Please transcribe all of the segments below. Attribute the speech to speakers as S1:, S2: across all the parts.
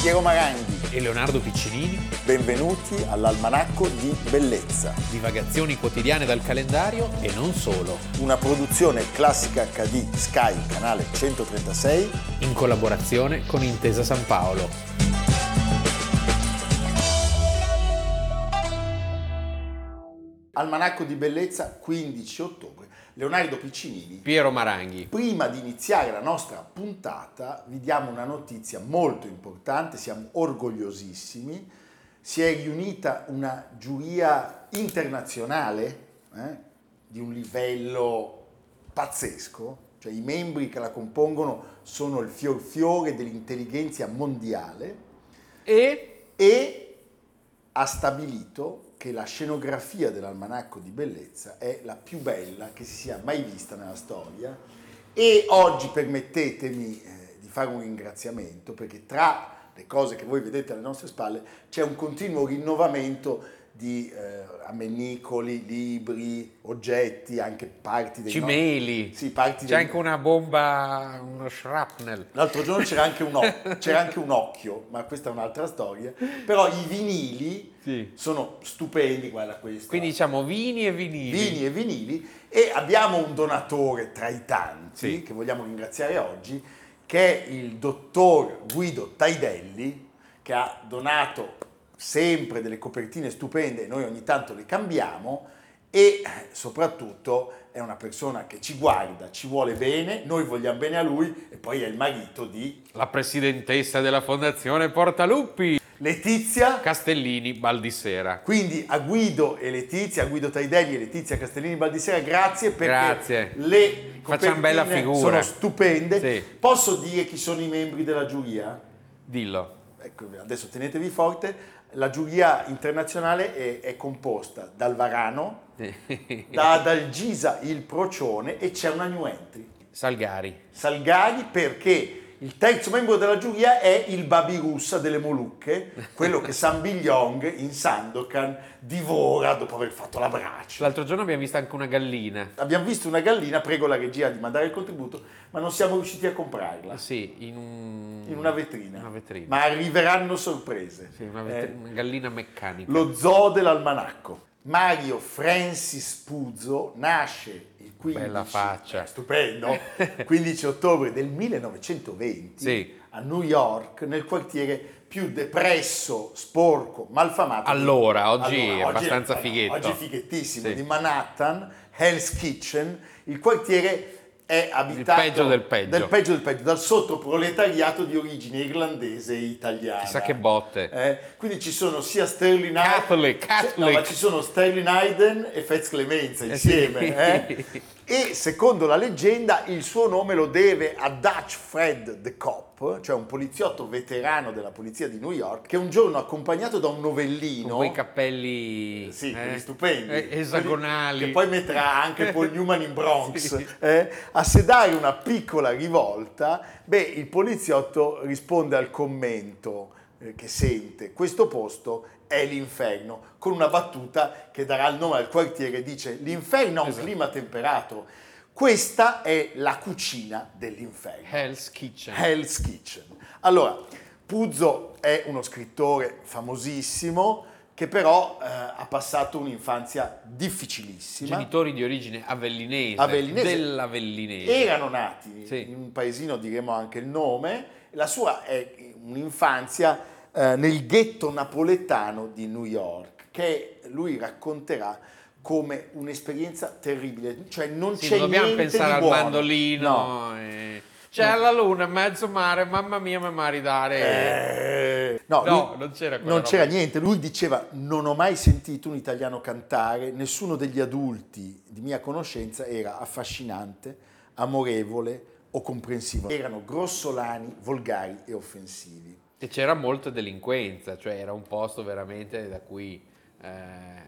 S1: Piero Maranghi.
S2: e Leonardo Piccinini,
S1: Benvenuti all'Almanacco di Bellezza,
S2: divagazioni quotidiane dal calendario e non solo,
S1: una produzione classica HD Sky, canale 136.
S2: in collaborazione con Intesa San Paolo.
S1: Almanacco di Bellezza, 15 ottobre. Leonardo Piccinini.
S2: Piero Maranghi,
S1: Prima di iniziare la nostra puntata vi diamo una notizia molto importante, siamo orgogliosissimi. Si è riunita una giuria internazionale eh, di un livello pazzesco, cioè i membri che la compongono sono il fior fiore dell'intelligenza mondiale
S2: e
S1: e ha stabilito che la scenografia dell'almanacco di bellezza è la più bella che si sia mai vista nella storia e oggi permettetemi eh, di fare un ringraziamento perché tra le cose che voi vedete alle nostre spalle c'è un continuo rinnovamento di eh, ammenicoli, libri, oggetti, anche parti dei no-
S2: Cimeli.
S1: Sì, parti
S2: C'è
S1: dei-
S2: anche una bomba, uno shrapnel.
S1: L'altro giorno c'era anche, un oc- c'era anche un occhio, ma questa è un'altra storia. Però i vinili
S2: Sì.
S1: sono stupendi, guarda questo.
S2: Quindi diciamo vini e vinili.
S1: vini e vinili. E abbiamo un donatore tra i tanti
S2: Sì.
S1: che vogliamo ringraziare oggi, che è il dottor Guido Taidelli, che ha donato sempre delle copertine stupende, e noi ogni tanto le cambiamo. E eh, soprattutto è una persona che ci guarda, ci vuole bene, noi vogliamo bene a lui e poi è il marito di
S2: La presidentessa della fondazione Portaluppi,
S1: Letizia.
S2: Castellini Baldissera.
S1: Quindi a Guido e Letizia, a Guido Taidelli e Letizia Castellini Baldissera, grazie perché
S2: Grazie.
S1: le
S2: Facciamo
S1: copertine
S2: bella figura.
S1: sono stupende.
S2: Sì.
S1: Posso dire chi sono i membri della giuria?
S2: Dillo.
S1: Ecco, adesso tenetevi forte. La giuria internazionale è, è composta dal Varano, da Adalgisa il Procione e c'è una new entry.
S2: Salgari.
S1: Salgari perché il terzo membro della giuria è il Babirussa delle Molucche, quello che San Bigliong in Sandokan divora dopo aver fatto la braccia.
S2: L'altro giorno abbiamo visto anche una gallina.
S1: Abbiamo visto una gallina, prego la regia di mandare il contributo, ma non siamo riusciti a comprarla
S2: Sì, in, un-
S1: in una vetrina.
S2: Una vetrina.
S1: Ma arriveranno sorprese.
S2: Sì, una, vetri-
S1: Eh,
S2: una gallina meccanica.
S1: lo zoo dell'almanacco. Mario Francis Puzzo nasce il 15,
S2: Bella faccia.
S1: eh, stupendo, 15 ottobre del 1920
S2: Sì.
S1: a New York, nel quartiere più depresso, sporco, malfamato.
S2: Allora, oggi è abbastanza
S1: no,
S2: fighetto.
S1: Oggi è fighettissimo,
S2: Sì.
S1: di Manhattan, Hell's Kitchen, il quartiere è abitato
S2: peggio del peggio.
S1: del peggio del peggio, dal sottoproletariato di origine irlandese e italiana.
S2: Chissà che botte.
S1: Eh, quindi ci sono sia Sterling
S2: Catholic,
S1: Hayden,
S2: Catholic.
S1: No, ma ci sono Sterling Hayden e Fez Clemenza
S2: Eh
S1: insieme.
S2: sì.
S1: eh? E secondo la leggenda il suo nome lo deve a Dutch Fred the Cop, cioè un poliziotto veterano della polizia di New York, che un giorno accompagnato da un novellino...
S2: Con quei cappelli
S1: Sì,
S2: eh,
S1: quelli stupendi.
S2: eh, esagonali.
S1: Quelli Che poi metterà anche Paul Newman in Bronx.
S2: Sì.
S1: eh, a sedare una piccola rivolta, beh, il poliziotto risponde al commento eh, che sente. Questo posto è l'inferno, con una battuta che darà il nome al quartiere. Dice, l'inferno ha un
S2: Esatto.
S1: clima temperato. Questa è la cucina dell'inferno.
S2: Hell's Kitchen.
S1: Hell's Kitchen. Allora, Puzzo è uno scrittore famosissimo che però eh, ha passato un'infanzia difficilissima.
S2: Genitori di origine avellinese.
S1: Avellinese.
S2: Dell'avellinese.
S1: Erano nati
S2: Sì.
S1: in un paesino, diremo anche il nome. La sua è un'infanzia eh, nel ghetto napoletano di New York, che lui racconterà come un'esperienza terribile, cioè non
S2: Sì,
S1: c'è
S2: non dobbiamo
S1: niente
S2: pensare
S1: di
S2: al
S1: buono.
S2: mandolino.
S1: No.
S2: eh. C'è la luna, mezzo mare, mamma mia, mi maridare.
S1: Eh, no,
S2: No,
S1: lui-
S2: non c'era Cioè, quella
S1: non
S2: roba.
S1: c'era niente. Lui diceva: Non ho mai sentito un italiano cantare. Nessuno degli adulti di mia conoscenza era affascinante, amorevole o comprensivo. Erano grossolani, volgari e offensivi.
S2: E c'era molta delinquenza, cioè era un posto veramente da cui eh,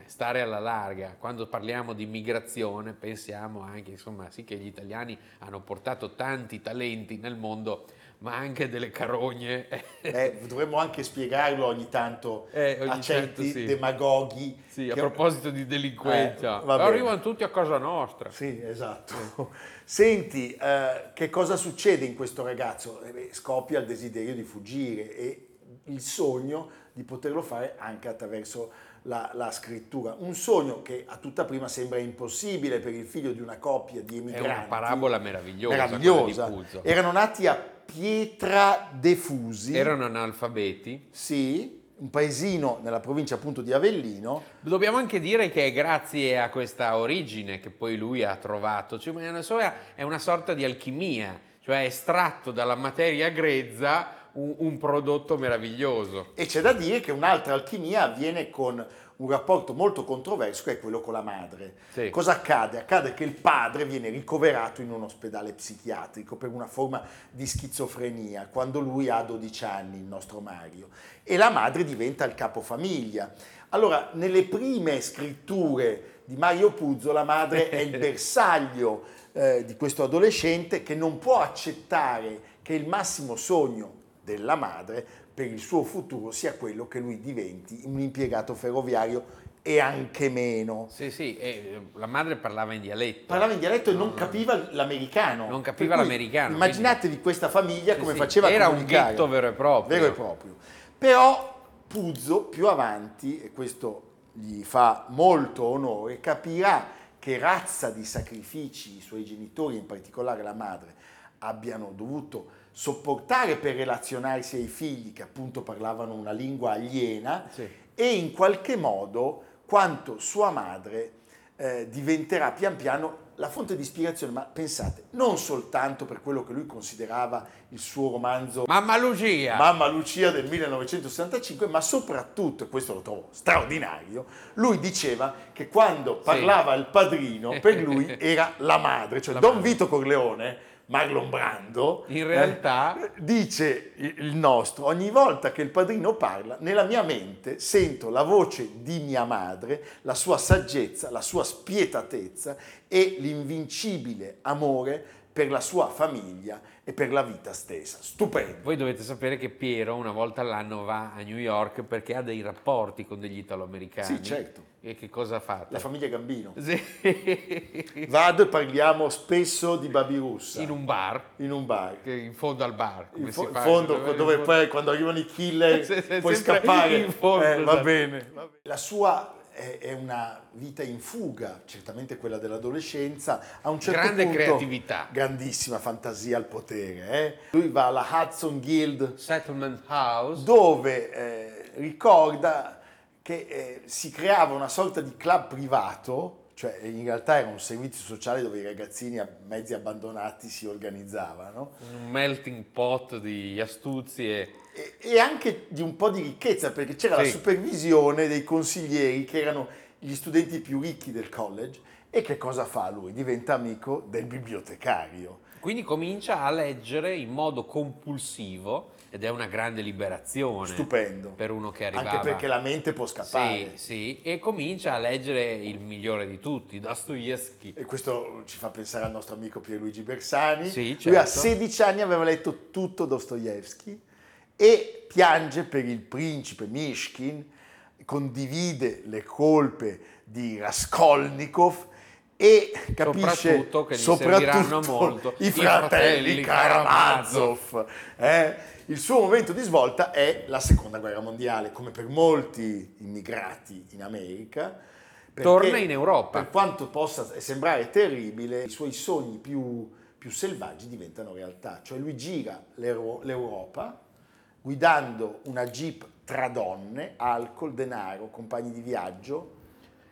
S2: stare alla larga. Quando parliamo di migrazione pensiamo anche, insomma, sì che gli italiani hanno portato tanti talenti nel mondo, ma anche delle carogne.
S1: Eh, dovremmo anche spiegarlo ogni tanto
S2: Eh, ogni
S1: a certi
S2: tanto sì.
S1: demagoghi.
S2: Sì, a
S1: che-
S2: proposito di delinquenza,
S1: Eh, va bene.
S2: arrivano tutti a casa nostra.
S1: Sì, esatto. Senti, eh, che cosa succede in questo ragazzo? Eh beh, scoppia il desiderio di fuggire e il sogno di poterlo fare anche attraverso la, la scrittura. Un sogno che a tutta prima sembra impossibile per il figlio di una coppia di
S2: È
S1: emigranti.
S2: una parabola meravigliosa,
S1: meravigliosa.
S2: quella di Puzo.
S1: Erano nati a Pietra de Fusi,
S2: Erano analfabeti.
S1: sì, un paesino nella provincia appunto di Avellino,
S2: Dobbiamo anche dire che è grazie a questa origine che poi lui ha trovato, cioè, ma è, una sua- è una sorta di alchimia, cioè è estratto dalla materia grezza un- un prodotto meraviglioso.
S1: E c'è da dire che un'altra alchimia avviene con un rapporto molto controverso che è quello con la madre.
S2: Sì.
S1: Cosa accade? Accade che il padre viene ricoverato in un ospedale psichiatrico per una forma di schizofrenia quando lui ha 12 anni, il nostro Mario, e la madre diventa il capofamiglia. Allora, nelle prime scritture di Mario Puzzo, la madre è il bersaglio eh, di questo adolescente che non può accettare che il massimo sogno della madre per il suo futuro sia quello che lui diventi un impiegato ferroviario e anche meno.
S2: Sì, sì, e eh, la madre parlava in dialetto.
S1: Parlava in dialetto e
S2: No,
S1: non
S2: no.
S1: capiva l'americano.
S2: Non
S1: Per
S2: capiva
S1: cui
S2: l'americano,
S1: Immaginatevi questa famiglia
S2: Sì,
S1: come
S2: sì,
S1: faceva a
S2: Era un
S1: comunicare.
S2: ghetto vero e proprio.
S1: Vero e proprio. Però Puzzo più avanti, e questo gli fa molto onore, capirà che razza di sacrifici i suoi genitori, in particolare la madre, abbiano dovuto sopportare per relazionarsi ai figli che appunto parlavano una lingua aliena
S2: Sì.
S1: e in qualche modo quanto sua madre eh, diventerà pian piano la fonte di ispirazione, ma pensate, non soltanto per quello che lui considerava il suo romanzo
S2: Mamma Lucia!
S1: Mamma Lucia del 1965, ma soprattutto, e questo lo trovo straordinario, lui diceva che quando parlava il padrino, per lui era la madre, cioè
S2: La
S1: Don
S2: madre.
S1: Vito Corleone, Marlon Brando,
S2: In realtà-
S1: eh, dice il il nostro, ogni volta che il padrino parla, nella mia mente sento la voce di mia madre, la sua saggezza, la sua spietatezza e l'invincibile amore per la sua famiglia e per la vita stessa. Stupendo.
S2: Voi dovete sapere che Piero una volta all'anno va a New York perché ha dei rapporti con degli italoamericani.
S1: Sì, certo.
S2: E che cosa ha fatto?
S1: La famiglia Gambino.
S2: Esatto. Sì.
S1: Vado e parliamo spesso di Babi Russa
S2: in un bar,
S1: in un bar.
S2: che in fondo al bar. come
S1: In, fo-
S2: si
S1: in
S2: fa,
S1: fondo,
S2: dove-
S1: dove poi quando arrivano i killer
S2: Sì, sì,
S1: puoi
S2: sempre
S1: scappare.
S2: in fondo,
S1: Eh, va
S2: esatto.
S1: bene. va bene. La sua è, è una vita in fuga, certamente quella dell'adolescenza. A un certo
S2: Grande
S1: punto,
S2: creatività.
S1: Grandissima fantasia al potere. eh. Lui va alla Hudson Guild
S2: Settlement House.
S1: dove eh, ricorda che eh, si creava una sorta di club privato, cioè in realtà era un servizio sociale dove i ragazzini a- mezzi abbandonati si organizzavano,
S2: Un melting pot di astuzie.
S1: e, e anche di un po' di ricchezza, perché c'era la
S2: Sì.
S1: supervisione dei consiglieri che erano gli studenti più ricchi del college. E che cosa fa lui? Diventa amico del bibliotecario.
S2: Quindi comincia a leggere in modo compulsivo ed è una grande liberazione
S1: Stupendo.
S2: per uno che arrivava.
S1: Anche perché la mente può
S2: Sì,
S1: scappare.
S2: sì, e comincia a leggere il migliore di tutti, Dostoevsky.
S1: E questo ci fa pensare al nostro amico Pierluigi Bersani.
S2: Sì,
S1: Lui a
S2: certo.
S1: 16 anni aveva letto tutto Dostoevsky e piange per il principe Mishkin, condivide le colpe di Raskolnikov e capisce
S2: Soprattutto che gli serviranno molto
S1: i
S2: i
S1: fratelli
S2: fratelli
S1: Karamazov. eh. Il suo momento di svolta è la seconda guerra mondiale, come per molti immigrati in America. perché-
S2: Torna in Europa.
S1: Per quanto possa sembrare terribile, i suoi sogni più, più selvaggi diventano realtà. Cioè lui gira l'Euro- l'Europa guidando una jeep tra donne, alcol, denaro, compagni di viaggio.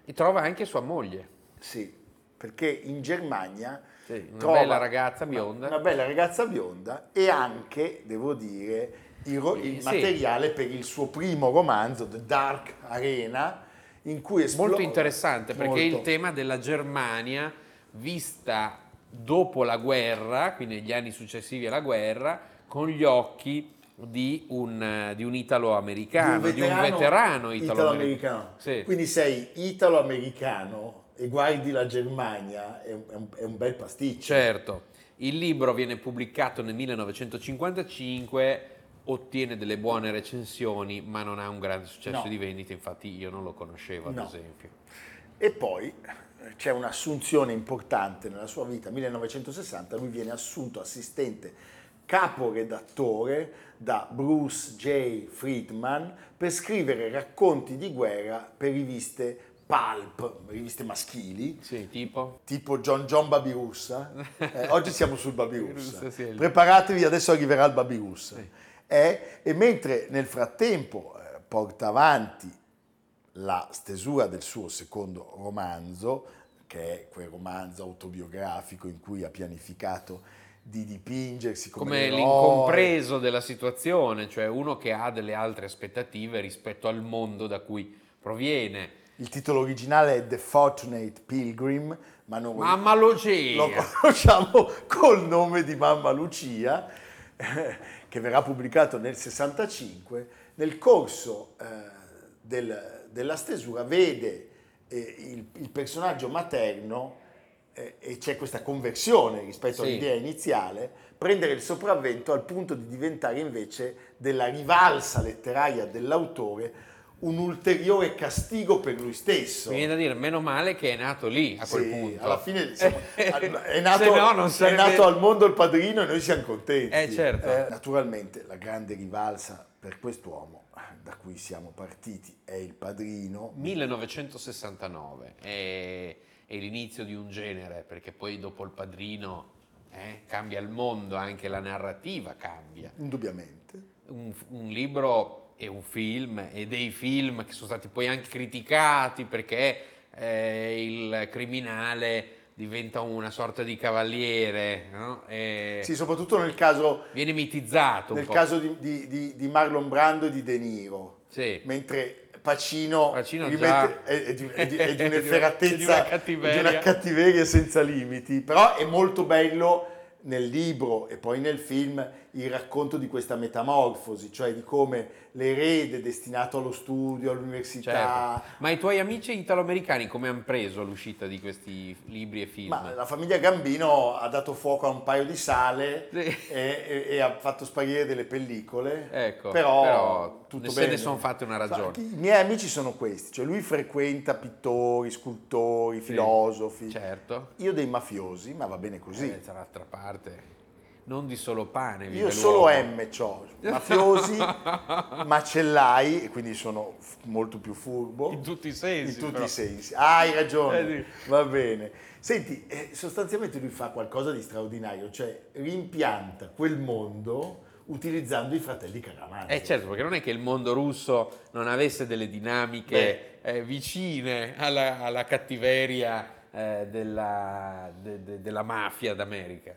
S2: E trova anche sua moglie.
S1: Sì, perché in Germania
S2: Sì, una
S1: trova
S2: bella ragazza
S1: una-
S2: bionda.
S1: Una, bella ragazza bionda e anche, devo dire, il, ro- il
S2: Sì.
S1: materiale per il suo primo romanzo, The Dark Arena, in cui esplora...
S2: Molto interessante perché
S1: Molto.
S2: il tema della Germania vista dopo la guerra, quindi negli anni successivi alla guerra, con gli occhi di un, eh, di un italo-americano, di un veterano italo-americano.
S1: italo-americano.
S2: Sì.
S1: Quindi sei italo-americano e guardi la Germania, è un, è un- è un bel pasticcio.
S2: Certo, il libro viene pubblicato nel 1955, ottiene delle buone recensioni, ma non ha un grande successo
S1: No.
S2: di vendita, infatti io non lo conoscevo ad
S1: No.
S2: esempio.
S1: E poi eh, c'è un'assunzione importante nella sua vita, 1960, lui viene assunto assistente caporedattore da Bruce J. Friedman per scrivere racconti di guerra per riviste pulp, riviste maschili,
S2: Sì, tipo?
S1: tipo John John Babirussa. Eh, oggi siamo sul Babirussa.
S2: Babirussa, sì, è lì.
S1: Preparatevi, adesso arriverà il Babirussa. Eh, e mentre nel frattempo eh, porta avanti la stesura del suo secondo romanzo, che è quel romanzo autobiografico in cui ha pianificato di dipingersi come,
S2: Come
S1: eroe.
S2: l'incompreso della situazione, cioè uno che ha delle altre aspettative rispetto al mondo da cui proviene.
S1: Il titolo originale è The Fortunate Pilgrim, ma noi
S2: Mamma Lucia!
S1: lo conosciamo col nome di Mamma Lucia, eh, che verrà pubblicato nel 65. Nel corso eh, del- della stesura vede eh, il, il personaggio materno eh, e c'è questa conversione rispetto
S2: Sì.
S1: all'idea iniziale, prendere il sopravvento al punto di diventare invece della rivalsa letteraria dell'autore un ulteriore castigo per lui stesso.
S2: Mi viene da dire, meno male che è nato lì a quel
S1: Sì,
S2: punto. Eh,
S1: alla fine insomma, è,
S2: Se
S1: nato,
S2: no, non
S1: è
S2: sarebbe-
S1: nato al mondo il padrino e noi siamo contenti.
S2: Eh, certo.
S1: naturalmente la grande rivalsa per quest'uomo da cui siamo partiti è il padrino.
S2: 1969 è, è l'inizio di un genere, perché poi dopo il padrino eh, cambia il mondo, anche la narrativa cambia.
S1: Indubbiamente.
S2: Un, un libro e un film e dei film che sono stati poi anche criticati perché eh, il criminale diventa una sorta di cavaliere, no? E
S1: Sì, soprattutto nel caso,
S2: viene mitizzato Eh. un
S1: nel
S2: po'.
S1: caso di, di- di- di Marlon Brando e di De Niro,
S2: Sì.
S1: mentre Pacino,
S2: Pacino
S1: rimette-
S2: già-
S1: è, è di, è di- è di
S2: È di una-
S1: un'efferatezza,
S2: di una
S1: di
S2: cattiveria.
S1: una cattiveria senza limiti, però è molto bello nel libro e poi nel film il racconto di questa metamorfosi, cioè di come l'erede destinato allo studio, all'università,
S2: Certo. Ma i tuoi amici italoamericani come hanno preso l'uscita di questi libri e film?
S1: Ma la famiglia Gambino ha dato fuoco a un paio di sale
S2: Sì.
S1: e, e- e ha fatto sparire delle pellicole.
S2: Ecco,
S1: però,
S2: però
S1: tutto
S2: se ne
S1: bene.
S2: son fatte una ragione.
S1: Infatti, I miei amici sono questi, cioè lui frequenta pittori, scultori, filosofi.
S2: Certo.
S1: Io dei mafiosi, ma va bene così.
S2: Eh, dall'altra parte. Non di solo pane. vive
S1: Io solo
S2: l'uomo.
S1: M ho, mafiosi, macellai, e quindi sono f- molto più furbo.
S2: In tutti i sensi.
S1: In tutti
S2: però.
S1: i sensi. Ah, hai ragione.
S2: Eh
S1: Va bene. Senti, eh, sostanzialmente lui fa qualcosa di straordinario, cioè rimpianta quel mondo utilizzando i fratelli Caramaggi.
S2: Eh certo, perché non è che il mondo russo non avesse delle dinamiche eh, vicine alla, alla cattiveria eh, della, de- de- della mafia d'America.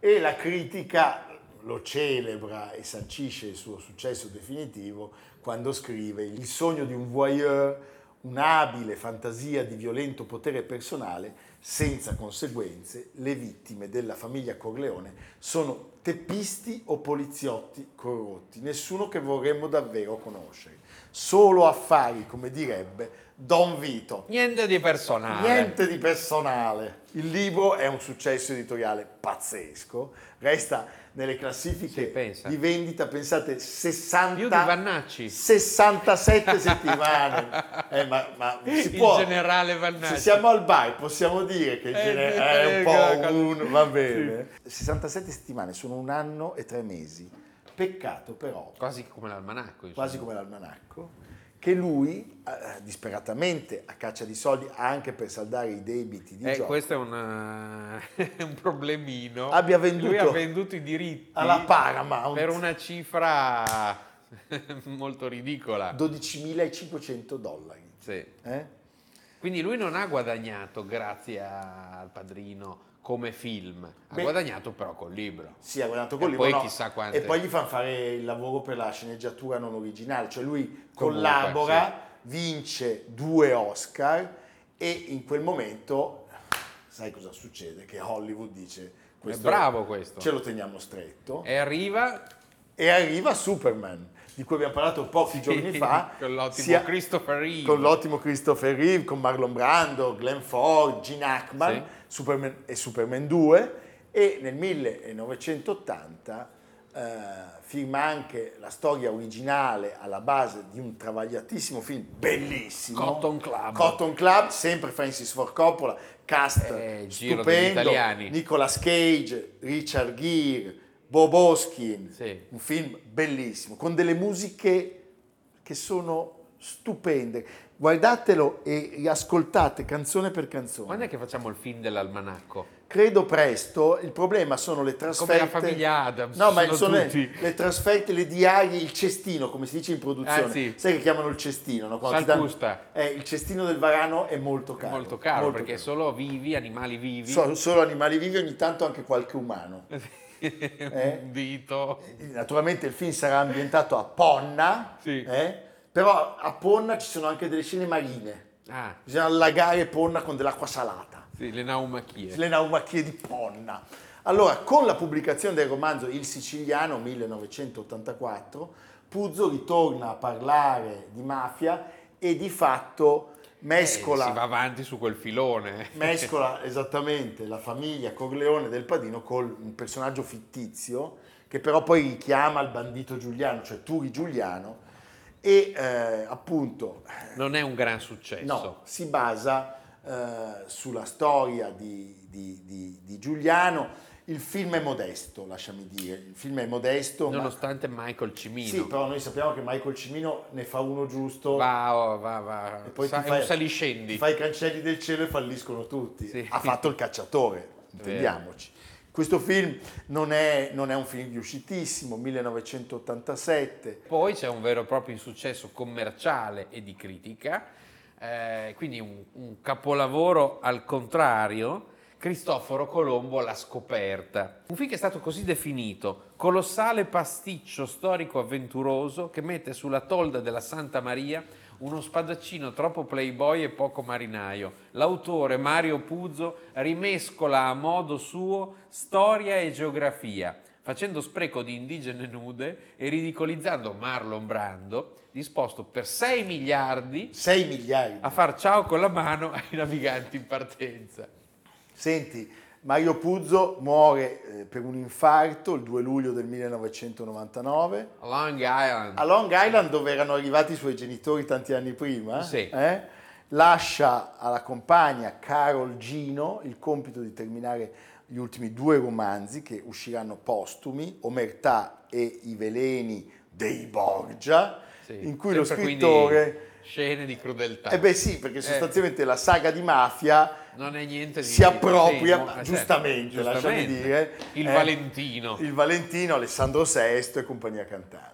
S1: E la critica lo celebra e sancisce il suo successo definitivo quando scrive Il sogno di un voyeur, un'abile fantasia di violento potere personale senza conseguenze, le vittime della famiglia Corleone sono teppisti o poliziotti corrotti, nessuno che vorremmo davvero conoscere, solo affari, come direbbe Don Vito.
S2: Niente di personale.
S1: Niente di personale. Il libro è un successo editoriale pazzesco, resta nelle
S2: Sì,
S1: classifiche
S2: pensa.
S1: di vendita, pensate, 60,
S2: Più di Vannacci.
S1: 67 settimane. Eh, ma, ma si
S2: Il
S1: può,
S2: generale Vannacci.
S1: Se siamo al bar possiamo dire che il
S2: Eh,
S1: gene-
S2: sì,
S1: è un
S2: eh,
S1: po'
S2: cosa-
S1: un... va bene. 67 settimane sono un anno e tre mesi. Peccato però
S2: Quasi come l'almanacco. insomma.
S1: quasi come l'almanacco, che lui eh, disperatamente a caccia di soldi anche per saldare i debiti di
S2: Eh,
S1: gioco
S2: questo è un, eh, un problemino.
S1: Abbia venduto
S2: Lui ha venduto i diritti
S1: alla Paramount
S2: per una cifra molto ridicola.
S1: 12.500 dollari.
S2: Sì.
S1: eh?
S2: Quindi lui non ha guadagnato grazie a- al padrino come film, ha
S1: Beh.
S2: guadagnato però col libro.
S1: Sì, ha guadagnato
S2: E
S1: col libro,
S2: poi
S1: no.
S2: chissà quante-
S1: E poi gli fanno fare il lavoro per la sceneggiatura non originale, cioè lui
S2: Comunque,
S1: collabora, vince due Oscar e in quel momento sai cosa succede? Che Hollywood dice
S2: È
S1: questo
S2: bravo questo.
S1: ce lo teniamo stretto.
S2: E arriva
S1: e arriva Superman, di cui abbiamo parlato pochi giorni fa.
S2: con l'ottimo
S1: sia-
S2: Christopher Reeve.
S1: Con l'ottimo Christopher Reeve, con Marlon Brando, Glenn Ford, Gene Hackman,
S2: Sì.
S1: Superman e Superman 2. E nel 1980 eh, firma anche la storia originale alla base di un travagliatissimo film bellissimo.
S2: Cotton Club.
S1: Cotton Club, sempre Francis Ford Coppola, cast
S2: Eh, giro degli
S1: stupendo,
S2: italiani.
S1: Nicolas Cage, Richard Gere, Boboskin,
S2: Sì.
S1: un film bellissimo, con delle musiche che sono stupende. Guardatelo e e ascoltate canzone per canzone.
S2: Quando è che facciamo il film dell'almanacco?
S1: Credo presto, il problema sono le trasferte.
S2: la famiglia Adams,
S1: No, ma
S2: sono
S1: sono le-
S2: tutti.
S1: le, trasferte, le diarie, il cestino, come si dice in produzione.
S2: Ah, sì.
S1: Sai che chiamano il cestino, no? Quando ti danno-
S2: Salcusta.
S1: Eh, il cestino del varano è molto caro.
S2: molto caro
S1: molto
S2: perché solo vivi, animali vivi,
S1: So- solo animali vivi, ogni tanto anche qualche umano. Eh?
S2: un dito.
S1: Naturalmente il film sarà ambientato a Ponna,
S2: Sì.
S1: eh, però a Ponna ci sono anche delle scene marine.
S2: Ah,
S1: Bisogna allagare Ponna con dell'acqua salata.
S2: sì, le naumachie.
S1: le naumachie di Ponna. Allora, con la pubblicazione del romanzo Il Siciliano 1984, Puzzo ritorna a parlare di mafia e di fatto
S2: Eh,
S1: mescola,
S2: si va avanti su quel filone.
S1: mescola esattamente la famiglia Corleone del Padino con un personaggio fittizio che però poi richiama il bandito Giuliano, cioè Turi Giuliano, e eh, appunto eh,
S2: Non è un gran successo.
S1: No, si basa eh, sulla storia di, di- di- di Giuliano. Il film è modesto, lasciami dire. Il film è modesto. ma-
S2: Nonostante Michael Cimino.
S1: Sì, però noi sappiamo che Michael Cimino ne fa uno giusto.
S2: Va, oh, va, va.
S1: e poi
S2: Sa-
S1: ti
S2: è
S1: fai,
S2: un saliscendi.
S1: ti fai i cancelli del cielo e falliscono tutti.
S2: Sì.
S1: Ha fatto il cacciatore, intendiamoci. Questo film non è, non è un film riuscitissimo, 1987.
S2: Poi c'è un vero e proprio insuccesso commerciale e di critica, eh, quindi un, un capolavoro al contrario, Cristoforo Colombo La scoperta. Un film che è stato così definito, colossale pasticcio storico avventuroso che mette sulla tolda della Santa Maria uno spadaccino troppo playboy e poco marinaio. L'autore Mario Puzzo rimescola a modo suo storia e geografia, facendo spreco di indigene nude e ridicolizzando Marlon Brando, disposto per 6 miliardi
S1: 6 miliardi.
S2: a far ciao con la mano ai naviganti in partenza.
S1: Senti, Mario Puzzo muore eh, per un infarto il 2 luglio del 1999
S2: Long Island.
S1: a Long Island dove erano arrivati i suoi genitori tanti anni prima.
S2: Sì.
S1: eh, lascia alla compagna Carol Gino il compito di terminare gli ultimi due romanzi che usciranno postumi, Omertà e I veleni dei Borgia,
S2: Sì,
S1: in cui lo
S2: sempre quindi
S1: scrittore...
S2: Scene di crudeltà.
S1: Eh beh sì, perché
S2: Eh.
S1: sostanzialmente la saga di mafia
S2: non è niente di
S1: si appropria,
S2: sì, no, eh,
S1: giustamente,
S2: certo,
S1: lasciami
S2: giustamente.
S1: dire,
S2: Il
S1: eh,
S2: Valentino.
S1: il Valentino, Alessandro VI e compagnia cantante.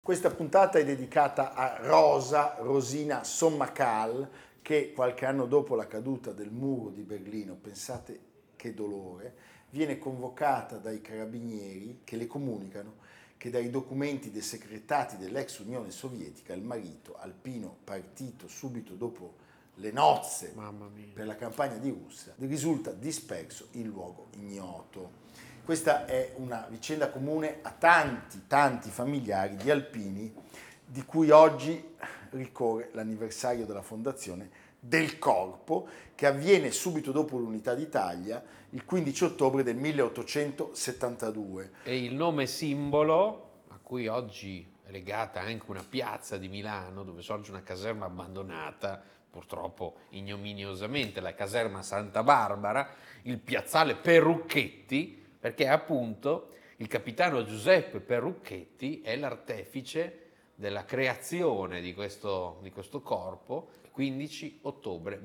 S1: Questa puntata è dedicata a Rosa Rosina Sommacal, che qualche anno dopo la caduta del muro di Berlino, pensate che dolore, viene convocata dai carabinieri che le comunicano che dai documenti desecretati dell'ex Unione Sovietica il marito alpino partito subito dopo le nozze
S2: Mamma mia.
S1: per la campagna di Russia risulta disperso in luogo ignoto. Questa è una vicenda comune a tanti, tanti familiari di alpini di cui oggi ricorre l'anniversario della fondazione del corpo che avviene subito dopo l'unità d'Italia il 15 ottobre del 1872.
S2: E il nome simbolo, a cui oggi è legata anche una piazza di Milano, dove sorge una caserma abbandonata, purtroppo ignominiosamente, la caserma Santa Barbara, il piazzale Perrucchetti, perché appunto il capitano Giuseppe Perrucchetti è l'artefice della creazione di questo, di questo corpo, 15 ottobre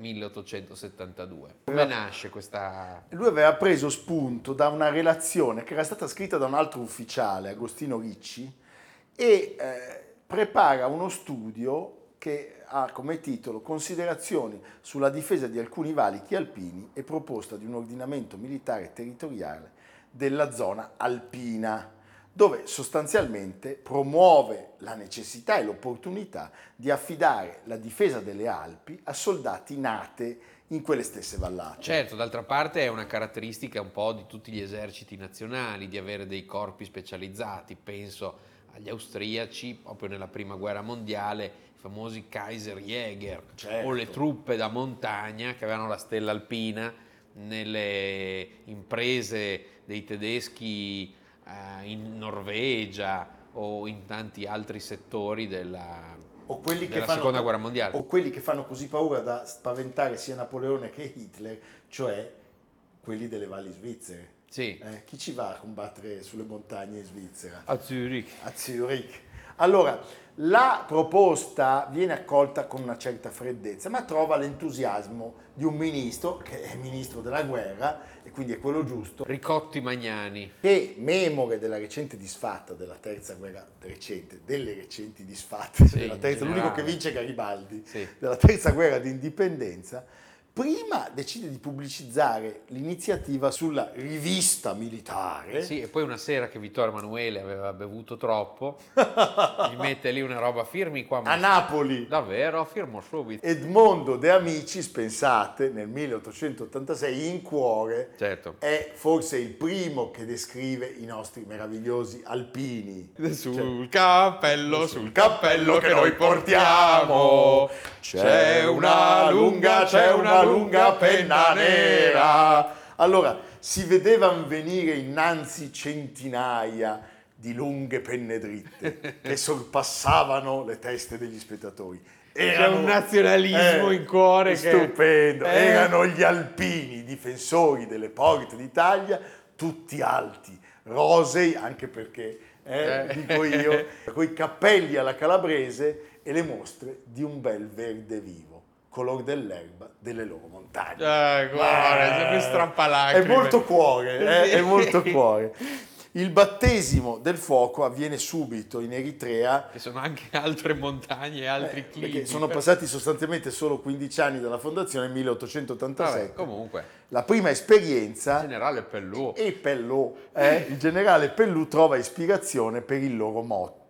S2: 1872. Come nasce questa...
S1: Lui aveva preso spunto da una relazione che era stata scritta da un altro ufficiale, Agostino Ricci, e eh, prepara uno studio che ha come titolo Considerazioni sulla difesa di alcuni valichi alpini e proposta di un ordinamento militare territoriale della zona alpina, dove sostanzialmente promuove la necessità e l'opportunità di affidare la difesa delle Alpi a soldati nate in quelle stesse vallate.
S2: Certo, d'altra parte è una caratteristica un po' di tutti gli eserciti nazionali, di avere dei corpi specializzati, penso agli austriaci, proprio nella prima guerra mondiale, i famosi Kaiserjäger,
S1: Certo.
S2: o le truppe da montagna che avevano la stella alpina nelle imprese dei tedeschi eh, in Norvegia o in tanti altri settori della,
S1: o quelli, che
S2: Della
S1: fanno,
S2: seconda guerra mondiale.
S1: o quelli che fanno così paura da spaventare sia Napoleone che Hitler, cioè quelli delle valli svizzere.
S2: Sì,
S1: Eh, chi ci va a combattere sulle montagne in Svizzera?
S2: a Zurich.
S1: A Zurich. Allora, la proposta viene accolta con una certa freddezza, ma trova l'entusiasmo di un ministro, che è ministro della guerra, e quindi è quello giusto,
S2: Ricotti Magnani.
S1: che memore della recente disfatta della terza guerra recente, delle recenti disfatte
S2: Sì,
S1: della
S2: in
S1: terza, l'unico
S2: generale.
S1: che vince è Garibaldi,
S2: Sì.
S1: della terza guerra d'indipendenza, prima decide di pubblicizzare l'iniziativa sulla rivista militare.
S2: Sì, e poi una sera che Vittorio Emanuele aveva bevuto troppo, gli mette lì una roba firmi qua.
S1: A
S2: ma-
S1: Napoli
S2: Davvero? Firmo subito.
S1: Edmondo De Amicis, pensate, nel 1886 in cuore
S2: Certo.
S1: è forse il primo che descrive i nostri meravigliosi alpini. Cioè,
S2: Sul cappello,
S1: sul cappello che noi portiamo c'è una lunga, c'è una lunga penna nera. Allora, si vedevano venire innanzi centinaia di lunghe penne dritte che sorpassavano le teste degli spettatori. Erano- eh,
S2: un nazionalismo in cuore che-
S1: Stupendo.
S2: Eh.
S1: Erano gli alpini, i difensori delle porte d'Italia, tutti alti, rosei, anche perché eh,
S2: Eh.
S1: dico io, coi cappelli alla calabrese e le mostre di un bel verde vivo, color dell'erba delle loro montagne.
S2: Eh, guarda,
S1: Ma-
S2: c'è più strappalacrime.
S1: È molto cuore, eh,
S2: Sì.
S1: è molto cuore. Il battesimo del fuoco avviene subito in Eritrea
S2: Ci sono anche altre montagne e altri
S1: eh,
S2: climi.
S1: perché sono passati sostanzialmente solo 15 anni dalla fondazione,
S2: Vabbè,
S1: 1887.
S2: comunque,
S1: La prima esperienza
S2: generale Pellù.
S1: e Pellù, eh, il generale Pellù trova ispirazione per il loro motto,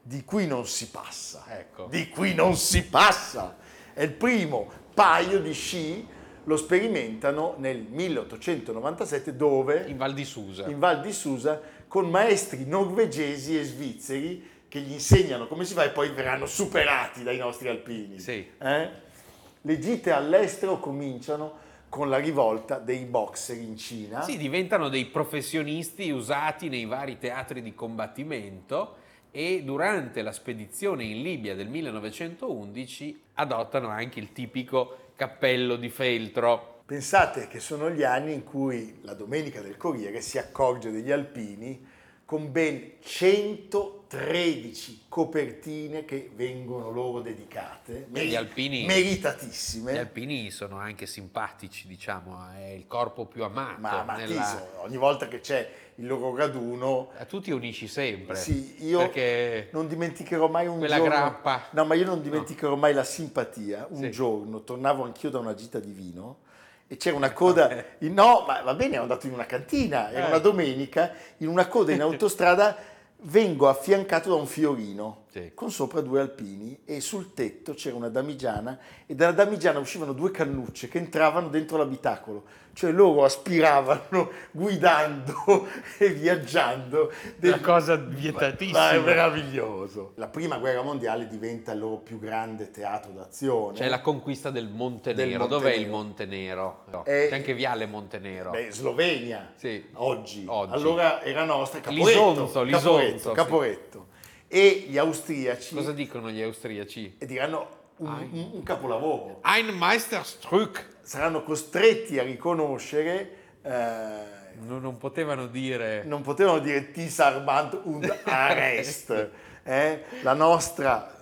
S1: di qui non si passa,
S2: Ecco.
S1: di qui non si passa. È il primo paio di sci, lo sperimentano nel 1897 dove?
S2: In Val di Susa.
S1: in Val di Susa con maestri norvegesi e svizzeri che gli insegnano come si fa e poi verranno superati dai nostri alpini.
S2: Sì.
S1: Eh? Le gite all'estero cominciano con la rivolta dei boxer in Cina.
S2: Sì, diventano dei professionisti usati nei vari teatri di combattimento e durante la spedizione in Libia del 1911 adottano anche il tipico cappello di feltro.
S1: Pensate che sono gli anni in cui la Domenica del Corriere si accorge degli alpini con ben 113 copertine che vengono loro dedicate,
S2: Gli alpini-
S1: meritatissime.
S2: Gli alpini sono anche simpatici, diciamo, è il corpo più amato.
S1: Ma, ma
S2: nella-
S1: Tiso, ogni volta che c'è il loro raduno,
S2: A tutti unisci sempre.
S1: Sì, io-
S2: Perché
S1: non dimenticherò mai un
S2: Eh. Quella
S1: giorno.
S2: grappa.
S1: No, ma io non dimenticherò mai la simpatia. Un
S2: Sì.
S1: giorno tornavo anch'io da una gita di vino e c'era una coda. in- no, ma va bene, ero andato in una cantina, era
S2: Eh.
S1: una domenica, in una coda in autostrada vengo affiancato da un fiorino.
S2: Sì.
S1: Con sopra due alpini e sul tetto c'era una damigiana e dalla damigiana uscivano due cannucce che entravano dentro l'abitacolo, cioè loro aspiravano guidando e viaggiando
S2: Una cosa vietatissima.
S1: Ma è meraviglioso. La prima guerra mondiale diventa il loro più grande teatro d'azione.
S2: c'è la conquista del Montenero.
S1: Del
S2: Dov'è
S1: Montenero.
S2: il Montenero? No,
S1: Eh,
S2: C'è anche Viale Montenero.
S1: Beh, Slovenia
S2: Sì.
S1: oggi.
S2: Oggi.
S1: Allora era nostra Caporetto,
S2: Lisonzo, Lisonzo,
S1: Caporetto,
S2: sì.
S1: Caporetto. E gli austriaci
S2: Cosa dicono gli austriaci?
S1: e diranno
S2: Ah.
S1: un, un- un capolavoro.
S2: Ein Meisterstück.
S1: Saranno costretti a riconoscere eh,
S2: Non, non potevano dire.
S1: non potevano dire Tisarband und Arrest, eh? la nostra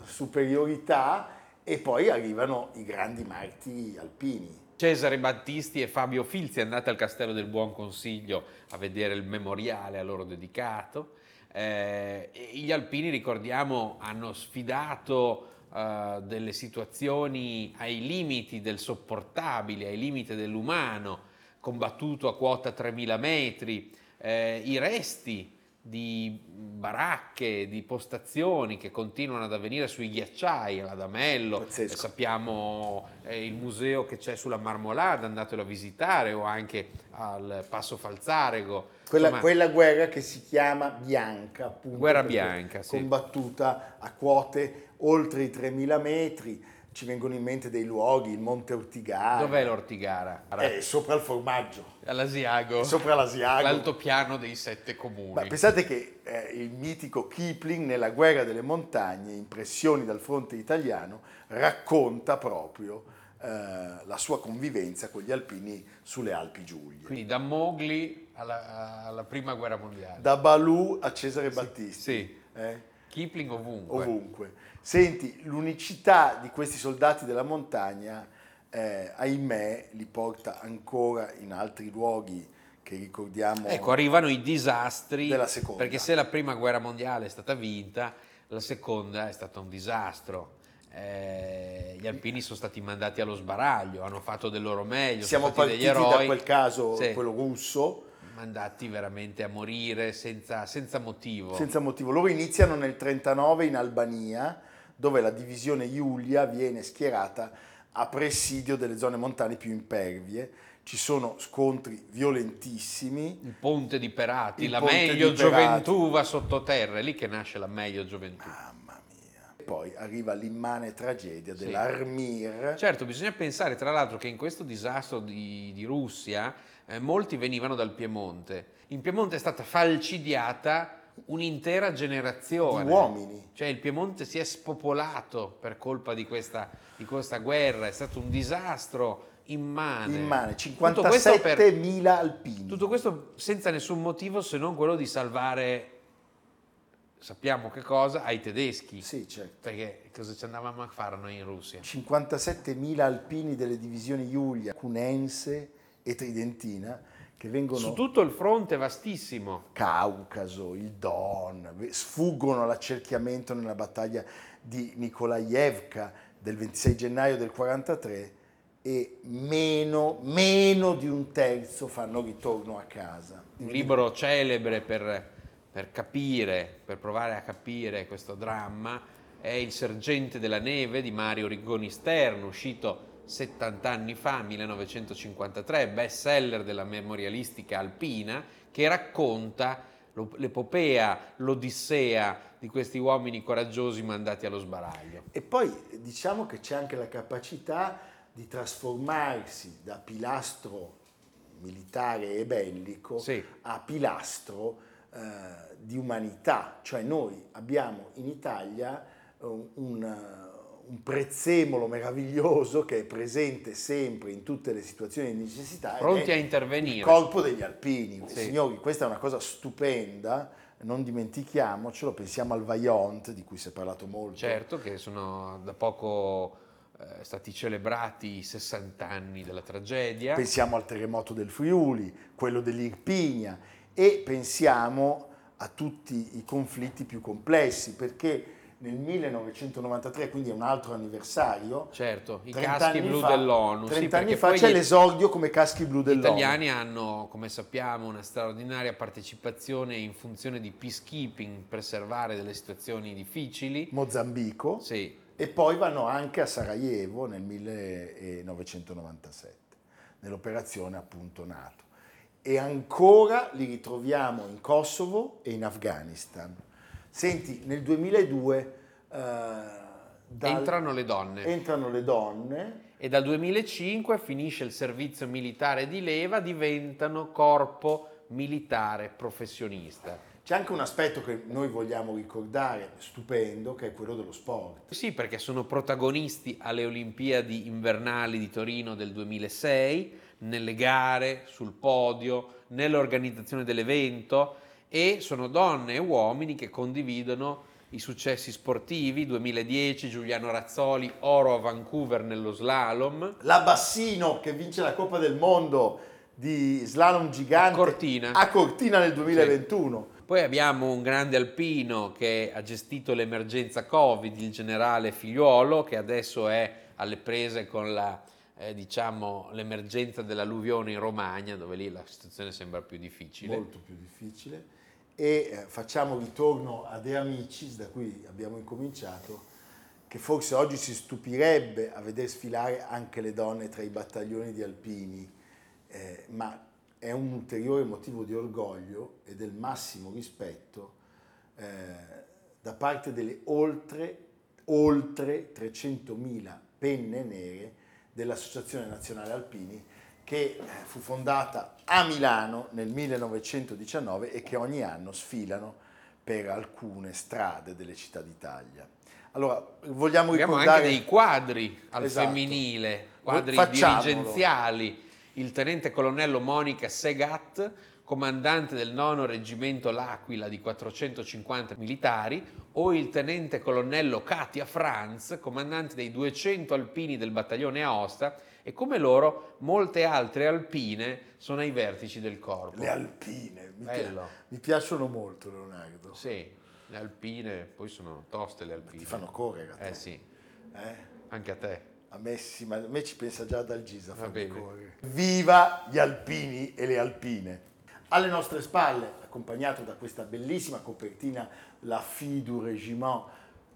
S1: superiorità e poi arrivano i grandi martiri alpini.
S2: Cesare Battisti e Fabio Filzi andate al Castello del Buon Consiglio a vedere il memoriale a loro dedicato. Eh, e gli alpini, ricordiamo, hanno sfidato eh, delle situazioni ai limiti del sopportabile, ai limiti dell'umano, combattuto a quota 3000 metri, eh, i resti di baracche, di postazioni che continuano ad avvenire sui ghiacciai, all'Adamello,
S1: Pazzesco.
S2: eh, sappiamo eh, il museo che c'è sulla Marmolada, andatelo a visitare, o anche al Passo Falzarego.
S1: Quella,
S2: Insomma,
S1: quella guerra che si chiama Bianca, appunto.
S2: Guerra
S1: perché
S2: Bianca, sì.
S1: Combattuta a quote oltre i 3000 metri, ci vengono in mente dei luoghi, il Monte Ortigara.
S2: Dov'è l'Ortigara?
S1: È sopra il formaggio,
S2: All'Asiago.
S1: Eh, sopra l'Asiago.
S2: L'altopiano dei sette comuni.
S1: Ma pensate che eh, il mitico Kipling nella guerra delle montagne, Impressioni dal fronte italiano, racconta proprio eh, la sua convivenza con gli alpini sulle Alpi Giulie.
S2: Quindi da Mowgli alla, alla prima guerra mondiale.
S1: Da Balù a Cesare Battisti.
S2: Sì,
S1: eh,
S2: Kipling ovunque.
S1: ovunque. Senti, l'unicità di questi soldati della montagna, eh, ahimè, li porta ancora in altri luoghi che ricordiamo.
S2: Ecco, arrivano i disastri.
S1: Della seconda.
S2: Perché se la prima guerra mondiale è stata vinta, la seconda è stata un disastro. Eh, gli alpini sono stati mandati allo sbaraglio, hanno fatto del loro meglio.
S1: Siamo
S2: sono stati degli
S1: partiti
S2: eroi.
S1: da quel caso,
S2: Sì.
S1: quello russo,
S2: mandati veramente a morire senza, senza motivo.
S1: senza motivo. Loro iniziano nel 39 in Albania, dove la divisione Giulia viene schierata a presidio delle zone montane più impervie. Ci sono scontri violentissimi.
S2: Il ponte di Perati,
S1: Il
S2: la
S1: ponte
S2: meglio
S1: di Perati.
S2: gioventù va sottoterra, è lì che nasce la meglio gioventù.
S1: Mamma mia. Poi arriva l'immane tragedia
S2: Sì.
S1: dell'Armir.
S2: Certo, bisogna pensare tra l'altro che in questo disastro di, di Russia eh, molti venivano dal Piemonte. In Piemonte è stata falcidiata un'intera generazione.
S1: Di uomini.
S2: Cioè il Piemonte si è spopolato per colpa di questa, di questa guerra, è stato un disastro immane.
S1: Immane,
S2: Ah, Tutto questo per-
S1: 57.000 alpini.
S2: Tutto questo senza nessun motivo se non quello di salvare, sappiamo che cosa, ai tedeschi.
S1: Sì, certo.
S2: Perché cosa ci andavamo a fare noi in Russia?
S1: 57.000 alpini delle divisioni Giulia, Cunense e Tridentina che vengono
S2: Su tutto il fronte vastissimo.
S1: Caucaso, il Don, ve- sfuggono all'accerchiamento nella battaglia di Nikolaevka del 26 gennaio del 43 e meno, meno di un terzo fanno ritorno a casa.
S2: Un libro celebre per, per capire, per provare a capire questo dramma, è Il sergente della neve di Mario Riggoni Sterno, uscito 70 anni fa, 1953, best seller della memorialistica alpina, che racconta lo- l'epopea, l'odissea di questi uomini coraggiosi mandati allo sbaraglio.
S1: E poi diciamo che c'è anche la capacità di trasformarsi da pilastro militare e bellico
S2: Sì.
S1: a pilastro eh, di umanità, cioè noi abbiamo in Italia eh, un, eh, un prezzemolo meraviglioso che è presente sempre in tutte le situazioni di necessità. ed
S2: Pronti
S1: è
S2: a intervenire.
S1: Il corpo degli alpini,
S2: Sì.
S1: signori, questa è una cosa stupenda, non dimentichiamocelo, pensiamo al Vaillant di cui si è parlato molto.
S2: Certo che sono da poco eh, stati celebrati i 60 anni della tragedia.
S1: Pensiamo al terremoto del Friuli, quello dell'Irpigna e pensiamo a tutti i conflitti più complessi perché nel 1993, quindi è un altro anniversario,
S2: certo, i
S1: 30
S2: caschi
S1: anni
S2: blu
S1: fa-
S2: dell'ONU.
S1: 30
S2: sì,
S1: anni
S2: perché
S1: fa
S2: poi
S1: c'è
S2: gli-
S1: l'esordio come caschi blu
S2: Gli
S1: dell'ONU.
S2: italiani hanno, come sappiamo, una straordinaria partecipazione in funzione di peacekeeping per salvare delle situazioni difficili.
S1: Mozambico
S2: Sì,
S1: e poi vanno anche a Sarajevo nel 1997, nell'operazione appunto NATO. E ancora li ritroviamo in Kosovo e in Afghanistan. Senti, nel 2002 eh, dal-
S2: entrano le donne.
S1: entrano le donne,
S2: e dal 2005 finisce il servizio militare di leva, diventano corpo militare professionista.
S1: c'è anche un aspetto che noi vogliamo ricordare, stupendo, che è quello dello sport.
S2: Sì, perché sono protagonisti alle Olimpiadi invernali di Torino del 2006, nelle gare, sul podio, nell'organizzazione dell'evento e sono donne e uomini che condividono i successi sportivi. 2010 Giuliano Razzoli, oro a Vancouver nello slalom.
S1: La Bassino che vince la Coppa del Mondo di slalom gigante
S2: A Cortina.
S1: a Cortina nel 2021.
S2: Poi abbiamo un grande alpino che ha gestito l'emergenza Covid, il generale Figliuolo, che adesso è alle prese con la, eh, diciamo, l'emergenza dell'alluvione in Romagna, dove lì la situazione sembra più difficile.
S1: Molto più difficile. E eh, facciamo ritorno a De Amicis, da cui abbiamo incominciato, che forse oggi si stupirebbe a vedere sfilare anche le donne tra i battaglioni di alpini, eh, ma è un ulteriore motivo di orgoglio e del massimo rispetto eh, da parte delle oltre, oltre 300.000 Penne Nere dell'Associazione Nazionale Alpini che eh, fu fondata a Milano nel 1919 e che ogni anno sfilano per alcune strade delle città d'Italia. Allora, vogliamo
S2: Abbiamo
S1: ricordare...
S2: anche dei quadri al
S1: Esatto.
S2: femminile, quadri
S1: Facciamolo.
S2: dirigenziali. Il tenente colonnello Monica Segat, comandante del nono reggimento L'Aquila di 450 militari, o il tenente colonnello Katia Franz, comandante dei 200 alpini del battaglione Aosta, e come loro molte altre alpine sono ai vertici del corpo.
S1: Le alpine, mi, pi-
S2: Bello.
S1: mi piacciono molto Leonardo,
S2: Sì, le alpine, poi sono toste le alpine.
S1: ti fanno correre a te.
S2: Eh sì,
S1: eh?
S2: anche a te.
S1: A me, sì, ma a me ci pensa già dal Gisa a
S2: Va
S1: farmi
S2: bene.
S1: correre. Viva gli alpini e le alpine! Alle nostre spalle, accompagnato da questa bellissima copertina La Fille du Régiment,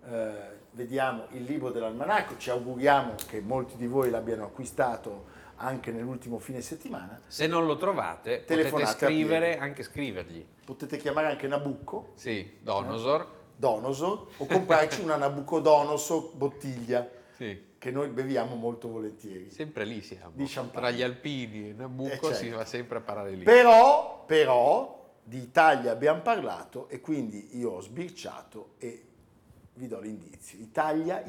S1: eh, vediamo il libro dell'almanacco. Ci auguriamo che molti di voi l'abbiano acquistato anche nell'ultimo fine settimana.
S2: Se non lo trovate, potete
S1: Telefonate a
S2: scrivere,
S1: Piero.
S2: anche scrivergli.
S1: Potete chiamare anche Nabucco,
S2: Sì, Donosor.
S1: Donoso, o comprarci una Nabucodonoso bottiglia,
S2: Sì,
S1: che noi beviamo molto volentieri.
S2: sempre lì siamo.
S1: Di champagne.
S2: Tra gli alpini e Nabucco
S1: Eh, certo.
S2: si va sempre a parare lì.
S1: Però, però, di Italia abbiamo parlato e quindi io ho sbirciato e vi do l'indizio. Italia,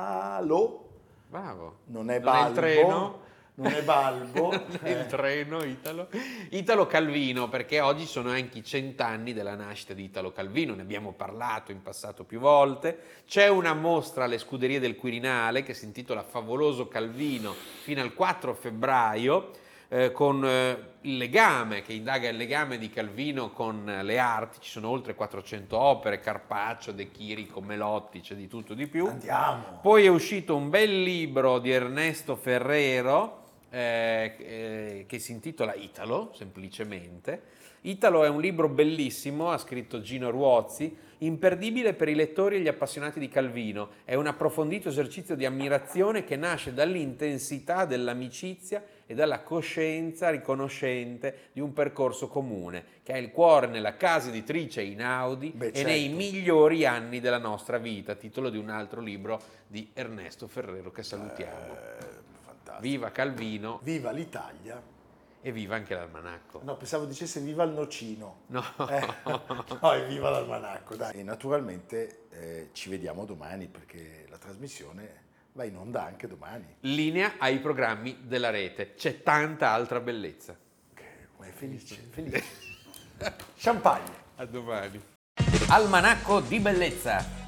S1: Italo,
S2: Bravo.
S1: non è
S2: Non
S1: Balbo.
S2: è il treno.
S1: Non è Balbo. Eh,
S2: il treno Italo. Italo Calvino, perché oggi sono anche i cent'anni della nascita di Italo Calvino, ne abbiamo parlato in passato più volte. C'è una mostra alle scuderie del Quirinale che si intitola Favoloso Calvino fino al 4 febbraio. eh, con eh, il legame che indaga il legame di Calvino con eh, le arti, ci sono oltre 400 opere, Carpaccio, De Chirico, Melotti, c'è di tutto di più.
S1: Andiamo.
S2: Poi è uscito un bel libro di Ernesto Ferrero eh, eh, che si intitola Italo, semplicemente. Italo è un libro bellissimo, ha scritto Gino Ruozzi, imperdibile per i lettori e gli appassionati di Calvino. È un approfondito esercizio di ammirazione che nasce dall'intensità dell'amicizia e dalla coscienza riconoscente di un percorso comune, che ha il cuore nella casa editrice Inaudi
S1: Beh,
S2: e nei
S1: certo.
S2: migliori anni della nostra vita, titolo di un altro libro di Ernesto Ferrero che salutiamo.
S1: Eh, fantastico.
S2: Viva Calvino
S1: Viva l'Italia.
S2: e viva anche l'almanacco.
S1: No, pensavo dicesse viva il nocino.
S2: No.
S1: Eh, no, e viva l'almanacco, dai. E naturalmente eh, ci vediamo domani perché la trasmissione va in onda anche domani.
S2: Linea ai programmi della rete. C'è tanta altra bellezza.
S1: Che- Ma è felice, felice. Champagne.
S2: A domani. Almanacco di bellezza